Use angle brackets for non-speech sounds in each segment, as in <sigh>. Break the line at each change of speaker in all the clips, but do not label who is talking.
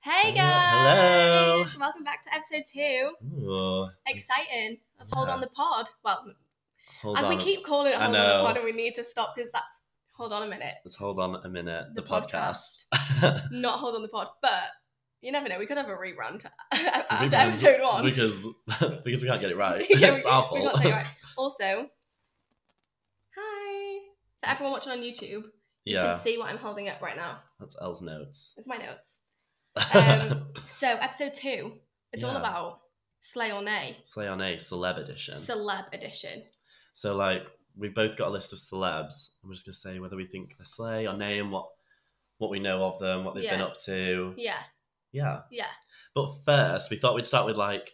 Hey
Hello-
guys!
hello.
Welcome back to episode two.
Ooh,
Exciting. Of Hold
Yeah.
on the pod. Well,
hold
and
on.
we keep calling it
I
Hold on the
know.
pod, and we need to stop because that's Hold on a minute,
Let's hold on a minute.
The Uh,
The, podcast. <laughs>
not Hold on the pod. But you never know. We could have a <laughs> rerun after
Because-
episode one. <laughs>
Because because <laughs> we can't get it right.
Yeah,
<laughs> it's
we-
our
we
fault.
got to say it right. Also, hi to everyone watching on YouTube. You
Yeah,
can see what I'm holding up right now.
that's Elle's notes.
It's my
<laughs>
notes. Um, so episode two, it's all
Yeah.
about slay or nay,
<laughs> Slay on A celeb edition.
celeb edition.
so like we've both got a list of celebs. I'm just gonna say whether we think they're slay or nay and what what we know of them, what they've been
Yeah.
up to.
Yeah,
Yeah.
yeah.
But first, we thought we'd start with like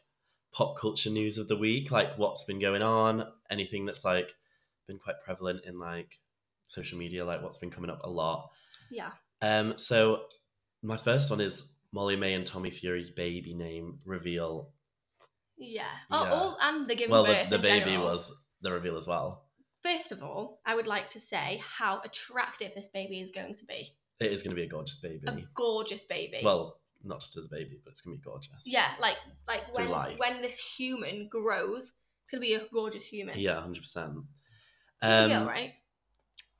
pop culture news of the week, like what's been going on, anything that's like been quite prevalent in like social media, like what's been coming up a lot.
Yeah.
Um. So my first one is Molly May and Tommy Fury's baby name reveal.
Yeah. Oh,
Yeah.
all and the giving
well, the,
birth.
the
in
baby
general.
was the reveal as well.
First of all, I would like to say how attractive this baby is going to be.
It is going to be a gorgeous baby.
A gorgeous baby.
Well, not just as a baby, but it's going to be gorgeous.
yeah, like like
Through
when
life.
when this human grows, it's gonna be a gorgeous human.
Yeah, um, hundred percent.
She's a girl, right?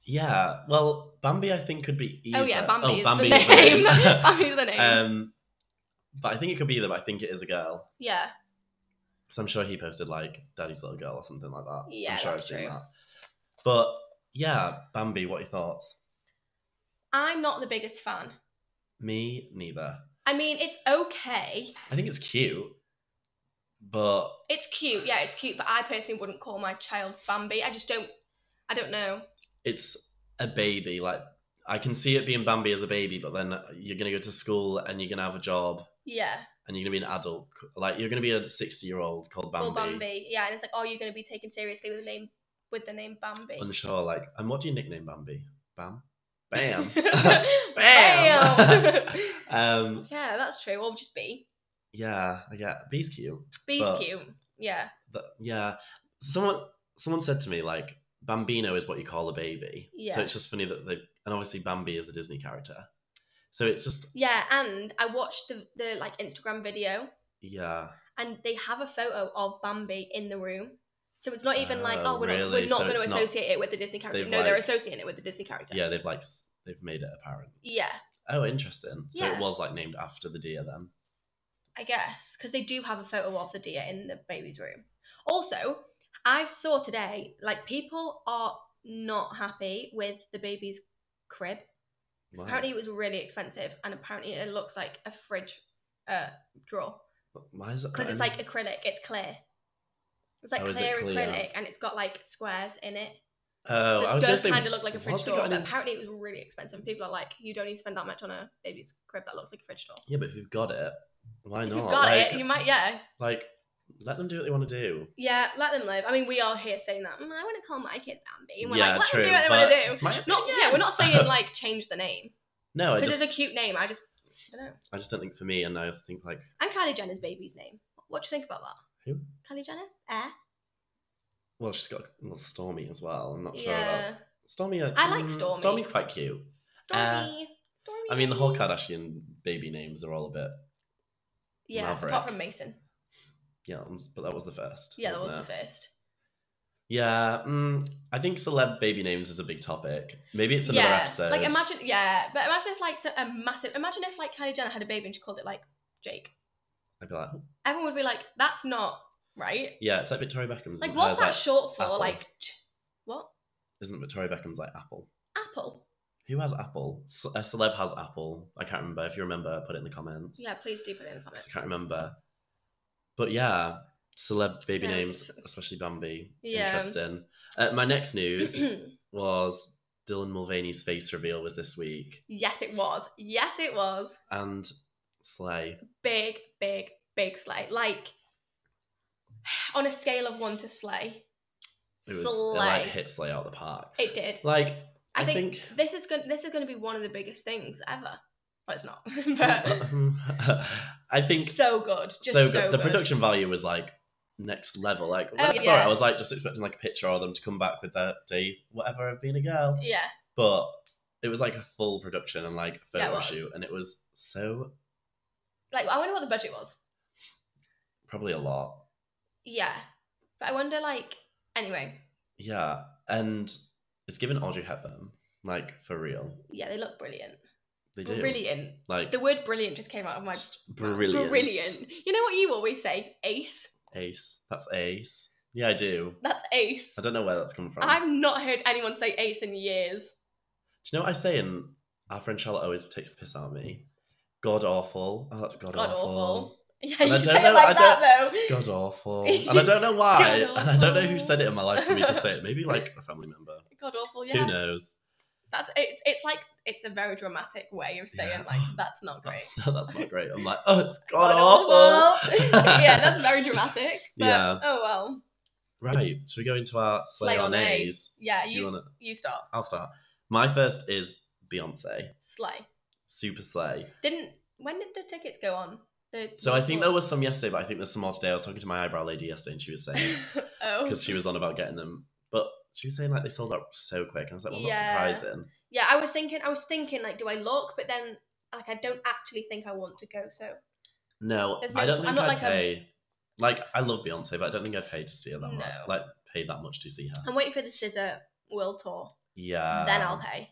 Yeah. Well, Bambi, I think could be either.
Oh yeah, Bambi, is,
Bambi
the name. <laughs>
name.
Bambi's the name.
Um, but I think it could be either. But I think it is a girl
yeah,
because I'm sure he posted like "Daddy's Little Girl" or something like that.
Yeah,
I'm sure
that's
I've seen
true.
that. But yeah, Bambi, what are your thoughts?
I'm not the biggest fan.
Me neither.
I mean, it's okay.
I think it's cute, but
It's cute. Yeah, it's cute. But I personally wouldn't call my child Bambi. I just don't. I don't know.
it's a baby. Like I can see it being Bambi as a baby, but then you're gonna go to school and you're gonna have a job
Yeah.
and you're gonna be an adult. Like you're gonna be a sixty year old called
Or Bambi. Yeah, and it's like, oh, you're going to be taken seriously with the name with the name Bambi.
unsure. Like, and what do you nickname Bambi?
<laughs>
Bam, um, bam,
Bam. <laughs>
bam. um,
yeah, that's true. Or just B.
yeah, I get B's cute.
B's
But-
cute. Yeah.
But, yeah, someone someone said to me like, Bambino is what you call a baby.
Yeah.
So it's just funny that they and obviously Bambi is a Disney character. So it's just
Yeah, and I watched the, the like Instagram video
yeah,
and they have a photo of Bambi in the room. So it's not even like,
Oh,
oh, we're not,
really?
we're not
So
going to
it's not-
associate it with the Disney character.
they've,
No, they're
like-
associating it with the Disney character.
yeah. They've like s- they've made it apparent.
Yeah,
Oh, interesting. So
Yeah.
it was like named after the deer then.
I guess because they do have a photo of the deer in the baby's room. Also, I saw today like people are not happy with the baby's crib. 'Cause
Wow.
Apparently, it was really expensive, and apparently, it looks like a fridge uh, drawer
Why is it?
because it's
um,
like acrylic. It's clear. It's like
Oh, is it
clear,
clear?
acrylic, and it's got like squares in it.
Oh,
so
I
it
was
does
gonna say,
kind of look like a
why's
fridge
it
door.
got
But
any-
apparently, it was really expensive. And people are like, "You don't need to spend that much on a baby's crib that looks like a fridge door."
Yeah, but if you've got it, why
If
not?
you've got
like,
it, you might, yeah.
like, let them do what they want to do.
Yeah, let them live. I mean, we are here saying that. Mm, I want to call my kid Bambi. And we're
yeah,
like, let
true.
them do what they
but
want to do.
it's my
Not,
opinion.
yeah, we're not
<laughs>
saying like change the name
no, I
because
just,
it's a cute name. I just, I don't know.
I just don't think for me, and I also think like
And Kylie Jenner's baby's name. What do you think about that?
who?
Kylie Jenner? Eh?
Well, she's got well, Stormy as well. I'm not sure
yeah.
about Stormy. uh,
I like
mm,
Stormy.
Stormy's quite cute.
Stormy. Stormy.
Eh. I mean, the whole Kardashian baby names are all a bit.
Yeah,
Maverick.
apart from Mason.
Yeah, but that was the first.
Yeah, that was
wasn't
the
it?
first.
Yeah, mm, I think celeb baby names is a big topic. Maybe it's another
yeah.
episode.
Like imagine, yeah, but imagine if like so, a massive. Imagine if like Kylie Jenner had a baby and she called it like Jake.
I'd be like, oh,
Everyone would be like, that's not right.
yeah, it's like Victoria Beckham's.
Like,
and
what's that
hers,
short for?
apple.
Like, ch- what?
Isn't Victoria Beckham's like Apple?
Apple.
Who has Apple? Ce- A celeb has Apple. I can't remember. If you remember, put it in the comments.
Yeah, please do put it in the
I
comments.
can't remember. But yeah, celeb baby
Yeah,
names,
it's-
especially Bambi.
Yeah.
Interesting. Uh, my
<clears throat>
next news <clears throat> was Dylan Mulvaney's face reveal was this week,
yes, it was. Yes, it was.
and Slay.
Big, big, big slay. Like, on a scale of one to slay,
It was It, like
slay.
hit Slay out the park.
It did.
Like
I,
I,
think,
think.
this is going. This is going to be one of the biggest things ever. Well,
<laughs>
it's not, <laughs> <laughs> but
I think so,
so good. Just
good. The production value was like next level. Like when
Oh,
I saw
yeah.
it, I was like just expecting like a picture or them to come back with their day whatever of being a girl.
Yeah,
but it was like a full production and like
Yeah, it
photo
was.
shoot, and it was so
Like, I wonder what the budget was.
Probably a lot.
Yeah, but I wonder like anyway.
Yeah, and it's given Audrey Hepburn, like for real.
Yeah, they look brilliant.
They do.
Brilliant.
Like
The word brilliant just came out of my
just brilliant.
Brilliant. You know what you always say? Ace.
Ace. That's ace. Yeah, I do.
That's ace.
I don't know where that's come from.
I've not heard anyone say ace in years. <laughs>
Do you know what I say? And our friend Charlotte always takes the piss out of me. God awful. Oh, that's god,
God
awful.
awful. Yeah,
And I
you
don't
say
know-
it like
I
that
It's God
<laughs>
awful. And I don't know why.
God
And I don't know who
awful.
said it in my life for me to say it. Maybe like a family member.
though. God awful.
Who
Yeah.
knows?
That's it's it's like it's a very dramatic way of saying
Yeah.
like that's not great.
That's, <laughs> that's not great. I'm like, oh, it's god,
God
awful. <laughs>
<laughs> yeah, that's very dramatic. But,
Yeah.
Oh well.
Right. Should we go into our slay
Slay
on
on A's.
A's?
Yeah.
Do
You
you
you,
want to?
start.
I'll start. My first is Beyonce.
Slay.
Super slay.
Didn't when did the tickets go on? The
So I think there
was.
was some yesterday, but I think there's some more today. I was talking to my eyebrow lady yesterday, and she was saying
<laughs> <laughs> oh.
because she was on about getting them, but she was saying like they sold out so quick, and I was like, well,
Yeah.
that's surprising.
Yeah, I was thinking. I was thinking like, do I look? But then like, I don't actually think I want to go. So
No,
There's
I
no-
don't
I'm
think
not
I'd
like a-
pay. Like I love Beyonce, but I don't think I'd pay to see her that much.
No.
Like pay that much to see her.
I'm waiting for the Scissor World Tour.
Yeah.
then I'll pay.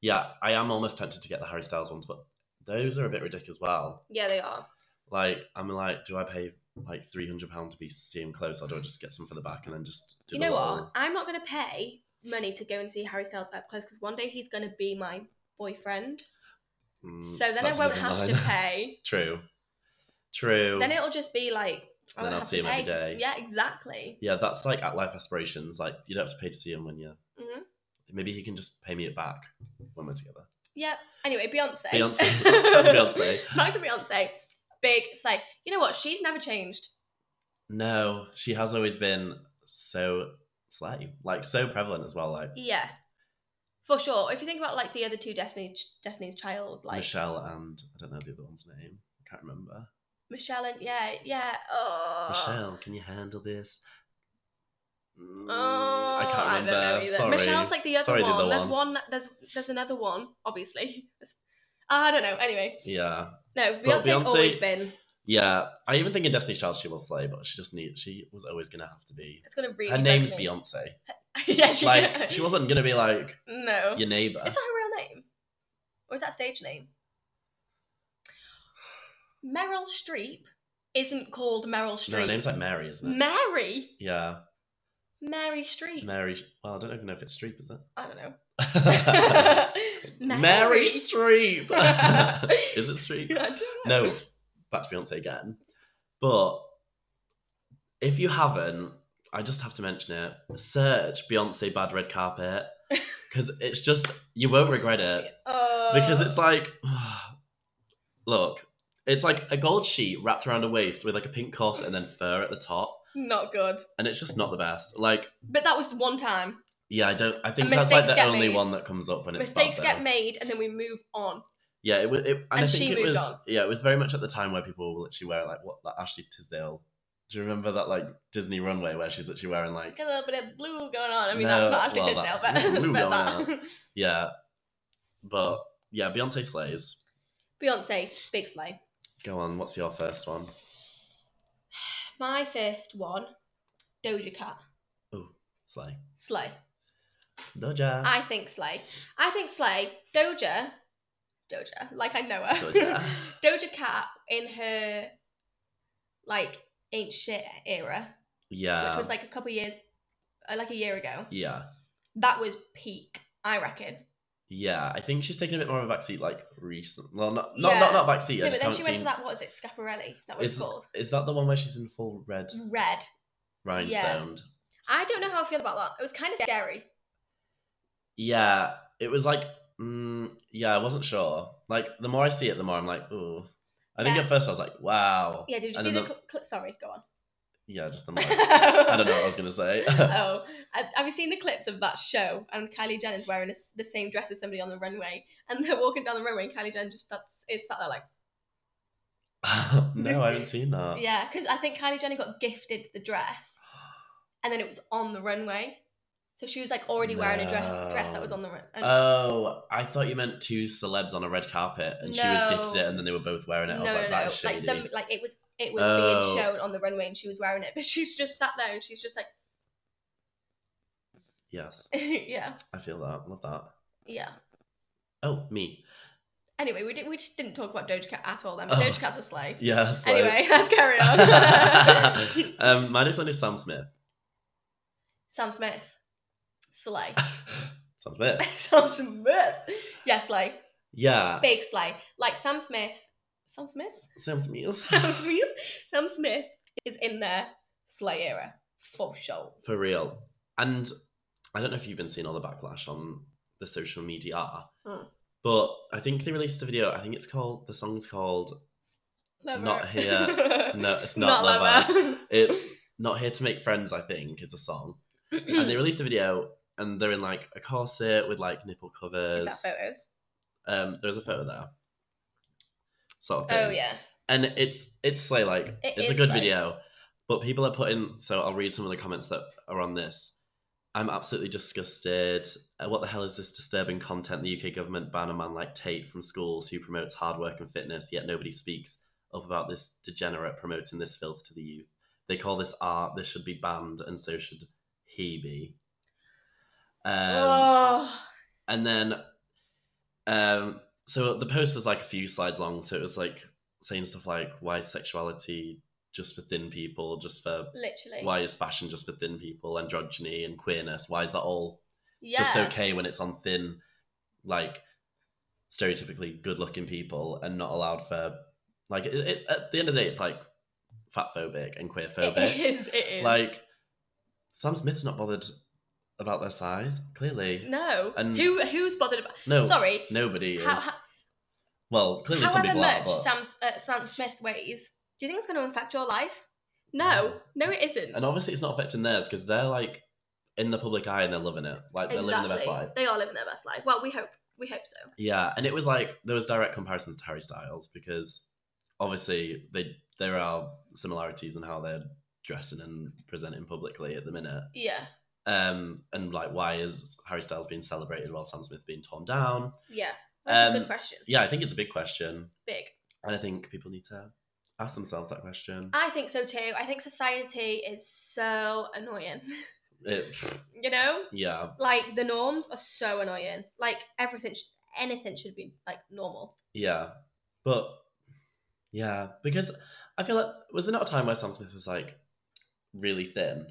Yeah, I am almost tempted to get the Harry Styles ones, but those are a bit ridiculous as well.
Yeah, they are.
Like I'm like, do I pay like three hundred pound to be see him close, or do I just get some for the back and then just do
you
the
know
little-
what? I'm not gonna pay money to go and see Harry Styles up close because one day he's gonna be my boyfriend.
Mm,
so then I
that's
won't
using
have to
mine.
pay.
<laughs> True, true.
Then it'll just be like I
Then
won't
I'll
have to
see him
pay
every
to-
day.
yeah, exactly.
yeah, that's like at life aspirations. Like you don't have to pay to see him when you're.
Mhm.
Maybe he can just pay me it back when
<laughs>
we're together.
Yep. Anyway, Beyonce. <laughs>
Beyonce. That's Beyonce.
Back to Beyonce. Big slay. You know what? She's never changed.
No, she has always been so slay, like so prevalent as well. Like
Yeah. For sure. If you think about like the other two Destiny Destiny's Child, like
Michelle and I don't know the other one's name. I can't remember.
Michelle and yeah, yeah. Oh.
Michelle, can you handle this? Mm,
Oh,
I can't remember.
don't know either.
Sorry.
Michelle's like the other
Sorry, the
one.
other
There's
one.
one. There's there's another one, obviously. ah, I don't know. Anyway,
yeah,
no.
Well,
Beyonce's always
Beyonce-
been.
yeah. I even think in Destiny's Child she will slay, but she just need. She was always gonna have to be.
It's gonna really.
Her
bug
name's
me.
Beyonce.
<laughs> yeah, she,
Like she wasn't gonna be like
No.
your neighbor.
Is that her real name, or is that stage name? Meryl Streep isn't called Meryl
No, her
Streep.
name's like Mary, isn't it?
Mary.
yeah,
Mary Streep.
Mary. Well, I don't even know if it's Streep, <laughs> is
I don't know.
it?
<laughs>
Mary,
Mary.
Streep. <laughs> is it Streep?
<laughs> I don't know.
no, back to Beyonce again. But if you haven't, I just have to mention it. Search Beyonce bad red
<laughs>
carpet because it's just you won't regret it
Oh.
because it's like <sighs> look, it's like a gold sheet wrapped around a waist with like a pink corset and then fur at the top,
not good.
and it's just not the best. Like
But that was one time.
yeah, I don't. I think
And
that's like
mistakes
the
get
only
made.
one that comes up when it's bad
Mistakes
though.
get made and then we move on.
Yeah, it was. It, and I
And
think
she
it
moved
was.
on.
Yeah, it was very much at the time where people were literally wearing like what that Ashley Tisdale. Do you remember that like Disney runway where she's literally wearing like
Got a little bit of blue going on. I mean,
No,
that's not actually
well,
Tisdale,
that-
but,
there's <laughs> blue
but
going
that.
yeah, but yeah, Beyonce slays.
<laughs> Beyonce, big slay.
Go on, what's your first one?
My first one, Doja Cat,
Slay
slay.
Doja.
I think slay. I think slay. Doja, Doja, like I know <laughs> her.
Doja.
Doja Cat in her like ain't shit era,
yeah,
which was like a couple years, uh, like a year ago.
yeah,
That was peak, I reckon.
yeah. I think she's taken a bit more of a backseat like recent. Well, not not
Yeah.
not, not backseat.
Yeah,
I
but
just
then
haven't
she went
seen.
to that. What is it? Scaparelli. Is that what it's
Is-
called?
Is that the one where she's in full red
Red.
rhinestone?
I don't know how I feel about that. It was kind of scary.
Yeah, it was like, mm, yeah, I wasn't sure. Like, the more I see it, the more I'm like, ooh. I think
Yeah.
at first I was like, wow.
Yeah, did you
And
see
then
the?
the-
Cl- cl- sorry, go on.
Yeah,
<laughs>
just the more. I I
I
don't know what I was gonna say. <laughs>
<laughs> oh, have have you seen the clips of that show? And Kylie Jenner's wearing a s the same dress as somebody on the runway, and they're walking down the runway, and Kylie Jenner just starts, is sat there like,
no, I haven't seen that.
yeah, because I think Kylie Jenner got gifted the dress, and then it was on the runway. So she was like already wearing a dress,
No.
dress that was on the. run- And
Oh, I thought you meant two celebs on a red carpet, and she was
No.
gifted it, and then they were both wearing it. I
no,
was like,
no,
that
no.
is
Like
shady.
some, like it was, it was
Oh.
being shown on the runway, and she was wearing it, but she's just sat there, and she's just like, <laughs>
Yes,
yeah,
I feel that. Love that.
yeah.
Oh, me.
Anyway, we did, we just didn't talk about Doja Cat at all. Then but
Oh.
Doja Cat's a slay.
Yes. like-
Anyway, <laughs> let's carry on.
<laughs> um, my next one is Sam Smith. <laughs>
Sam Smith, slay. <laughs>
Sam Smith.
Sam Smith, yeah, slay. <laughs>
Yeah.
Big slay. Like Sam Smith. Sam Smith. <laughs>
Sam Smith. <laughs>
Sam Smith. Sam Smith is in their slay era for sure.
For real. And I don't know if you've been seeing all the backlash on the social media,
Mm.
but I think they released a video. I think it's called, the
<laughs>
song's called,
Lover. <laughs>
Not here. no, it's not, Lover. It's Not Here to Make Friends, I think, is the song.
<clears throat>
and they released a video and they're in like a corset with like nipple
Is
covers.
that photos?
Um, there's a photo there. Sort of thing.
Oh yeah.
and it's it's slay like
It
it's a
is
good
slay.
video but people are putting so i'll read some of the comments that are on this i'm absolutely disgusted Uh, what the hell is this disturbing content the uk government ban a man like tate from schools who promotes hard work and fitness yet nobody speaks up about this degenerate promoting this filth to the youth they call this art this should be banned and so should he be um,
oh,
and then um so the post was like a few slides long so it was like saying stuff like why is sexuality just for thin people just for
literally.
why is fashion just for thin people androgyny and queerness why is that all
Yeah.
just okay when it's on thin like stereotypically good looking people and not allowed for like it, it, at the end of the day it's like fat phobic and queer
<laughs> It
phobic
is. It is.
like sam smith's not bothered about their size clearly
no.
and-
Who who's bothered about?
no
Sorry.
Nobody is.
How, how,
well, clearly some
however
people
much
are, but
Sam uh, Sam Smith weighs, do you think it's going to affect your life? No. No, it isn't.
and obviously it's not affecting theirs because they're like in the public eye and they're loving it. Like they're living the best life.
They are living their best life. Well, we hope. We hope so.
Yeah, and it was like there was direct comparisons to Harry Styles because obviously they there are similarities in how they're dressing and presenting publicly at the minute.
Yeah.
Um, and like why is Harry Styles being celebrated while Sam Smith being torn down?
Yeah. That's a
Um,
good question.
Yeah, I think it's a big question,
Big.
and I think people need to ask themselves that question.
I think so too. I think society is so annoying. <laughs>
It,
you know,
yeah,
like the norms are so annoying. Like everything, sh- anything should be like normal.
Yeah, but yeah, because I feel like was there not a time where Sam Smith was like really thin,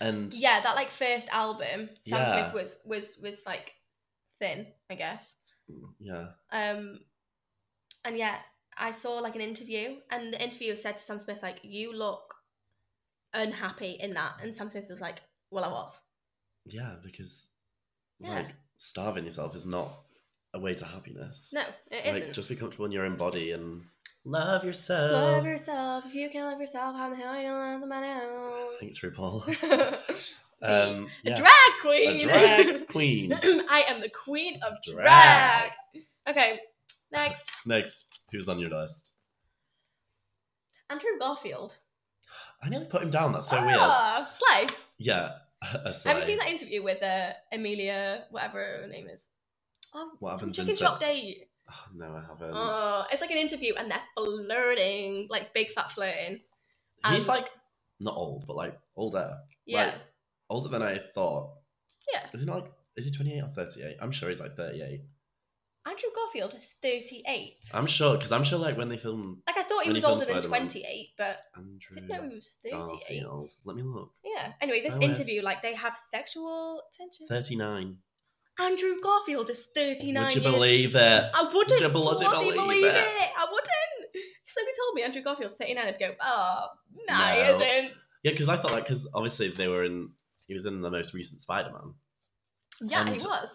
and
Yeah, that like first album, Sam
Yeah.
Smith was was was like thin, I guess.
yeah,
Um, and yeah, I saw like an interview, and the interviewer said to Sam Smith like, "You look unhappy in that," and Sam Smith was like, "Well, I was."
yeah, because
Yeah.
like starving yourself is not a way to happiness.
No, it
like
not
just be comfortable in your own body and love yourself.
love yourself. If you can't love yourself, how the hell are you gonna love somebody else?
Thanks,
<laughs>
RuPaul. <laughs>
A
um, yeah.
Drag
A
queen. <laughs>
drag queen. <laughs>
I am the queen of drag.
Drag.
Okay, next,
Next, who's on your list?
Andrew Garfield.
I nearly put him down. That's so weird.
Ah, Slay.
Yeah, <laughs> a
Have you
sigh.
seen that interview with uh, Emilia, whatever her name is? Oh,
What
from
happens in
Chicken
se-
Shop Date.
Oh, no, I haven't.
Oh, it's like an interview and they're flirting, like big fat flirting. And-
He's like not old, but like older.
Um, Yeah,
Like, older than I thought.
Yeah.
Is he not like is he twenty eight or thirty eight? I'm sure he's like thirty eight.
Andrew Garfield is thirty-eight.
I'm sure because I'm sure like when they filmed
Like I thought he was
when Ah. he
older than
filmed Spider-Man.
twenty-eight, but I didn't know
Andrew
he was thirty-eight.
Garfield. Let me look.
Yeah. Anyway, this
Oh, yeah.
interview, like they have sexual tension.
Thirty nine.
Andrew Garfield is thirty-nine.
Would you
years
believe it?
I wouldn't
Would you bloody
bloody,
believe
believe,
it?
it. I wouldn't. If somebody told me Andrew Garfield's sitting down, I'd go, oh, no, he
No.
isn't.
Yeah, because I thought like because obviously they were in he was in the most recent Spider Man,
Yeah,
And-
he was.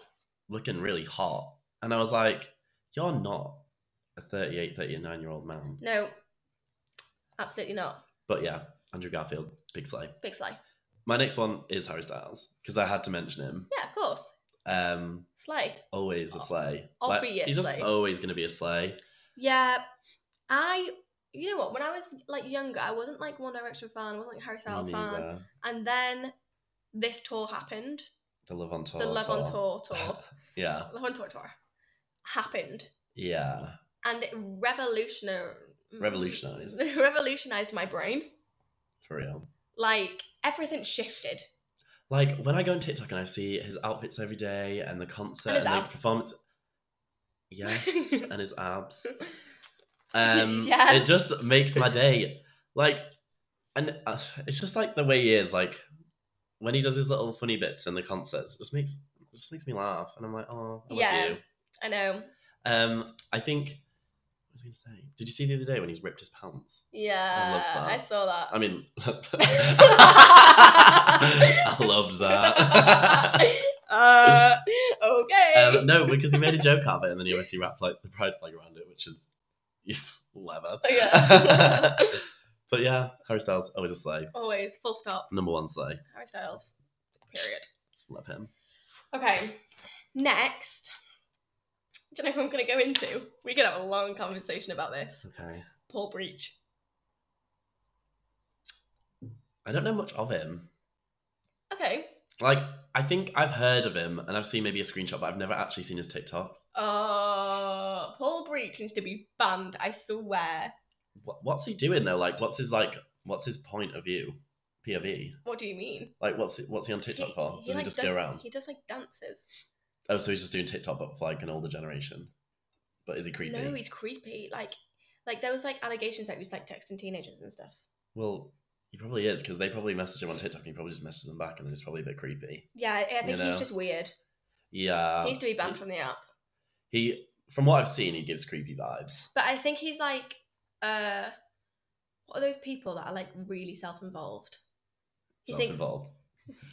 looking really hot, and I was like, you're not a 38, 39 year old man.
No, absolutely not.
But yeah, Andrew Garfield, big slay.
Big Sly.
My next one is Harry Styles because I had to mention him.
Yeah, of course.
Um,
Slay.
always a
Ob-
sleigh. he's
obviously.
just always going to be a sleigh.
Yeah, I, you know what, when I was like younger, I wasn't
uh,
like One Direction fan, I wasn't like Harry Styles fan. And then this tour happened
The Love on Tour.
the Love on Tour tour,
Yeah.
Love on Tour tour, happened,
Yeah.
and it revolutionary
Revolutionised.
<laughs> revolutionized my brain.
For real.
Like everything shifted.
Like when I go on TikTok and I see his outfits every day and the concert
And
and,
his
the
abs.
performance. Yes,
<laughs>
and his abs. Um, It
Yes.
just makes my day.
<laughs>
Like, and uh, it's just like the way he is. Like when he does his little funny bits in the concerts, it just makes it just makes me laugh, and I'm like, oh, I'm
Yeah.
with you.
I know.
Um, I think. What was I going to say? Did you see the other day when he's ripped his pants?
Yeah,
I loved that.
I saw that.
I mean, <laughs> I loved <laughs> that.
<laughs> uh, okay.
um, no, because he made a joke out of it, and then he obviously wrapped like the pride flag around it, which is <laughs> leather.
Yeah.
<laughs> but yeah, Harry Styles always a slay,
Always, full stop.
number one slay.
Harry Styles. Period.
Love him.
Okay. Next. Do you know who I'm going to go into? We could have a long conversation about this.
Okay,
Paul Breach.
I don't know much of him.
Okay.
Like, I think I've heard of him, and I've seen maybe a screenshot, but I've never actually seen his TikToks.
Uh, Paul Breach needs to be banned, I swear.
What, what's he doing though? Like, what's his like? What's his point of view? POV.
What do you mean?
Like, what's he, what's he on TikTok for? Does he,
like,
just
does-
go around?
He does like dances.
Oh, so he's just doing TikTok, but for like an older generation. But is he creepy?
No, he's creepy. Like, like there was like allegations that he was like texting teenagers and stuff.
Well, he probably is because they probably message him on TikTok and he probably just messages them back and then it's probably a bit creepy.
Yeah, I I think
You know? Um,
he's just weird.
Yeah.
he needs to be banned from the app.
He, from what I've seen, he gives creepy vibes.
But I think he's like, uh, what are those people that are like really self-involved? He
Self
thinks <laughs>
involved,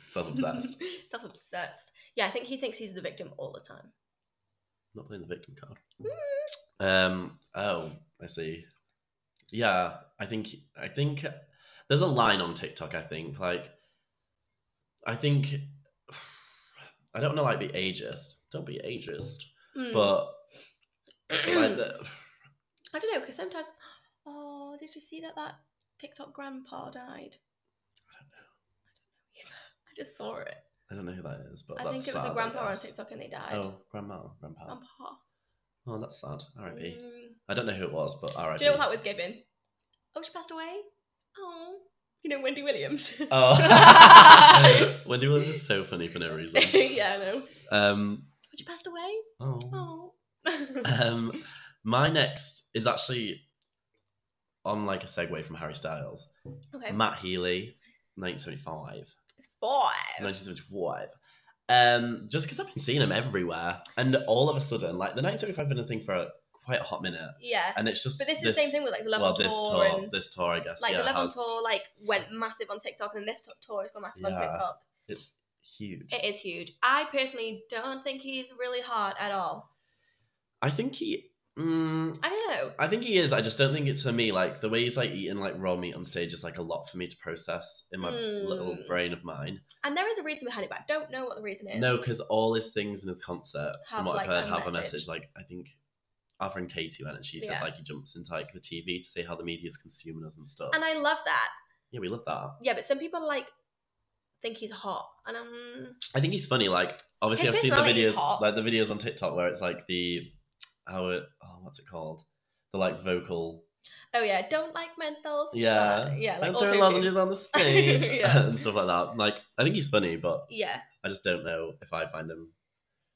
self obsessed.
self-obsessed. Yeah, I think he thinks he's the victim all the time.
<laughs>
Hmm.
Not playing the victim card. Um. Oh, I see. Yeah, I think I think there's a line on TikTok. I think like, I think I don't know. Like, be ageist. Don't be ageist.
Mm. <clears throat>
But like, the,
I don't know because sometimes, oh, did you see that that TikTok grandpa died? I just saw it.
I don't know who that is, but
I
that's
think it was
sad,
a
I
grandpa on
guess.
TikTok and they died.
Oh, grandma, grandpa.
Grandpa.
Oh, that's sad. R.I.P.
Mm.
I don't know who it was, but R.I.P.
Do you know what that was given? Oh, she passed away? Oh. You know, Wendy Williams.
Oh, <laughs> Wendy Williams is so funny for no reason.
<laughs> <laughs> yeah, I know.
Um,
Oh, she passed away?
oh.
Oh. <laughs>
um, my next is actually on like a segue from Harry Styles,
okay.
Matt Healy, 1975,
it's five.
1975. Um, just because I've been seeing him everywhere, and all of a sudden, like the 1975 been a thing for quite a hot minute,
Yeah.
and it's just
But this is the same thing with like the Love
well,
on
this
Tour
tour,
and
this tour, I guess.
like
yeah,
the Love on
has-
Tour like went massive on TikTok and this t- tour has gone massive on
Yeah.
TikTok.
It's huge.
It is huge. I personally don't think he's really hot at all.
I think he. Mm,
I don't know.
I think he is. I just don't think it's for me. Like the way he's like eating like raw meat on stage is like a lot for me to process in my
Mm.
little brain of mine.
And there is a reason behind it, but I don't know what the reason is.
No, because all his things in his concert,
Have,
from what
like,
I've
a
heard, have a
message.
message. Like I think our friend Katie went and she said
Yeah.
like he jumps into like the TV to see how the media is consuming us and stuff.
And I love that.
yeah, we love that.
Yeah, but some people like think he's hot, and um,
I think he's funny. Like obviously,
His
I've seen the
personality is
videos,
hot.
like the videos on TikTok where it's like the how it oh what's it called the like vocal
oh yeah, don't like menthols.
yeah
Uh, yeah, like
like throwing
auto
lozenges
<laughs>
on the stage
Yeah.
<laughs> and stuff like that. Like I think he's funny, but
Yeah,
I just don't know if I find him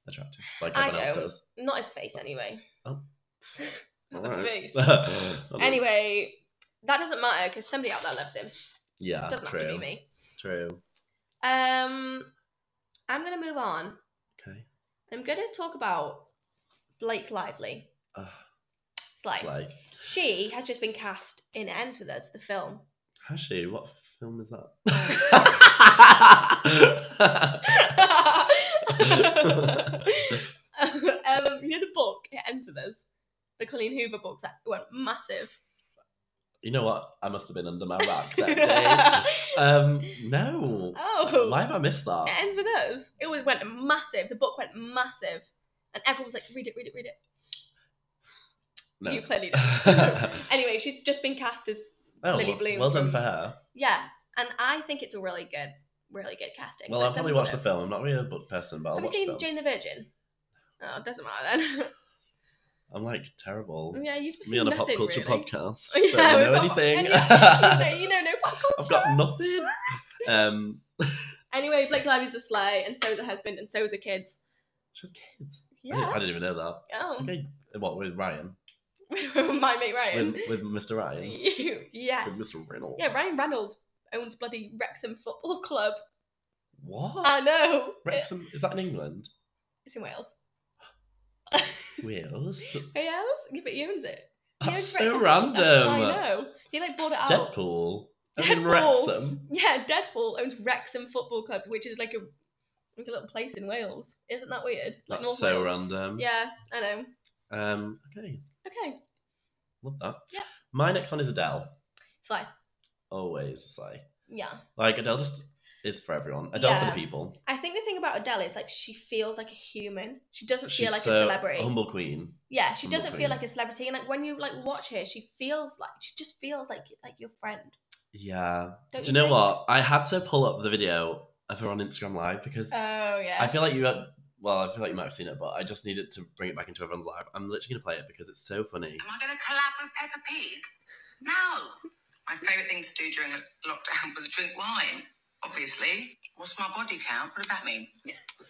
attractive like
I
everyone else
don't.
does.
not his face anyway.
Oh.
<laughs> Not the
Alright.
face.
<laughs>
anyway, that doesn't matter because somebody out there loves him.
yeah,
doesn't
true,
have to be me.
true.
Um, I'm gonna move on.
Okay,
I'm gonna talk about Blake Lively.
Ugh,
Sly.
it's like
She has just been cast in Ends with Us, the film.
<laughs>
<laughs>
has she? What film is that?
um, you know the book, It Ends With Us? The Colleen Hoover book that went massive.
you know what? I must have been under my rock
<laughs>
that day. um, no.
oh.
Why have I missed
It
that?
Ends With Us. It was, went massive. The book went massive. And everyone was like, read it, read it, read it.
No. <laughs>
You clearly don't.
oh,
anyway, she's just been cast as, Lily
well-
Bloom
well done
from-
for her.
yeah. And I think it's really good. really good casting.
Well,
but
I'll probably
someone
watch the
would've.
film. I'm not really a book person, but I'll
Have you
watch
seen
the film.
Jane the Virgin? Oh, it doesn't matter then.
I'm like terrible.
<laughs> yeah, you've
Me
seen
on a
nothing
pop culture
really.
podcast.
Oh, <laughs> yeah,
Don't
we've
know
got-
anything. <laughs>
any- <laughs> you, know, you know, no pop culture.
I've got
<laughs>
nothing. Um,
Anyway, Blake Lively's a sleigh, and so's her husband, and so's her kids.
she's kids. I, didn't,
Yeah.
I didn't even know that.
Oh,
Okay. What with Ryan?
<laughs> my mate Oh, Ryan.
With, with Mr. Ryan?
You- yes.
With Mr. Reynolds?
Yeah, Ryan Reynolds owns bloody Wrexham Football Club.
What?
I know.
Wrexham? Is that in England?
It's in Wales. <laughs>
Wales?
Wales? Yeah, but he owns it. He
That's
owns
so
Wrexham Football Club.
random.
I know. He like bought it out.
Deadpool. I mean,
Deadpool.
Wrexham.
<laughs> Yeah, Deadpool owns Wrexham Football Club, which is like a like a little place in Wales. Isn't that weird? Like
That's
North
so
Wales.
random.
Yeah, I know.
Um. Okay.
Okay,
Love that.
Yeah.
My next one is Adele.
Sly.
Always a sigh.
Yeah,
Like Adele just is for everyone. Adele for
Yeah.
the people.
I think the thing about Adele is like she feels like a human. She doesn't
She's
feel like
so
a celebrity.
humble queen.
yeah, she
humble
doesn't
thing.
feel like a celebrity, and like when you like watch her, she feels like she just feels like like your friend.
Yeah.
Don't
Do you know
think?
what? I had to pull up the video of her on Instagram Live because
Oh yeah.
I feel like you. Have, well, I feel like you might have seen it, but I just needed to bring it back into everyone's life. I'm literally gonna play it because it's
<laughs>
so funny.
Am I going to collab with Peppa Pig? No. My favourite thing to do during lockdown was drink wine, obviously. What's my body count? What does that mean?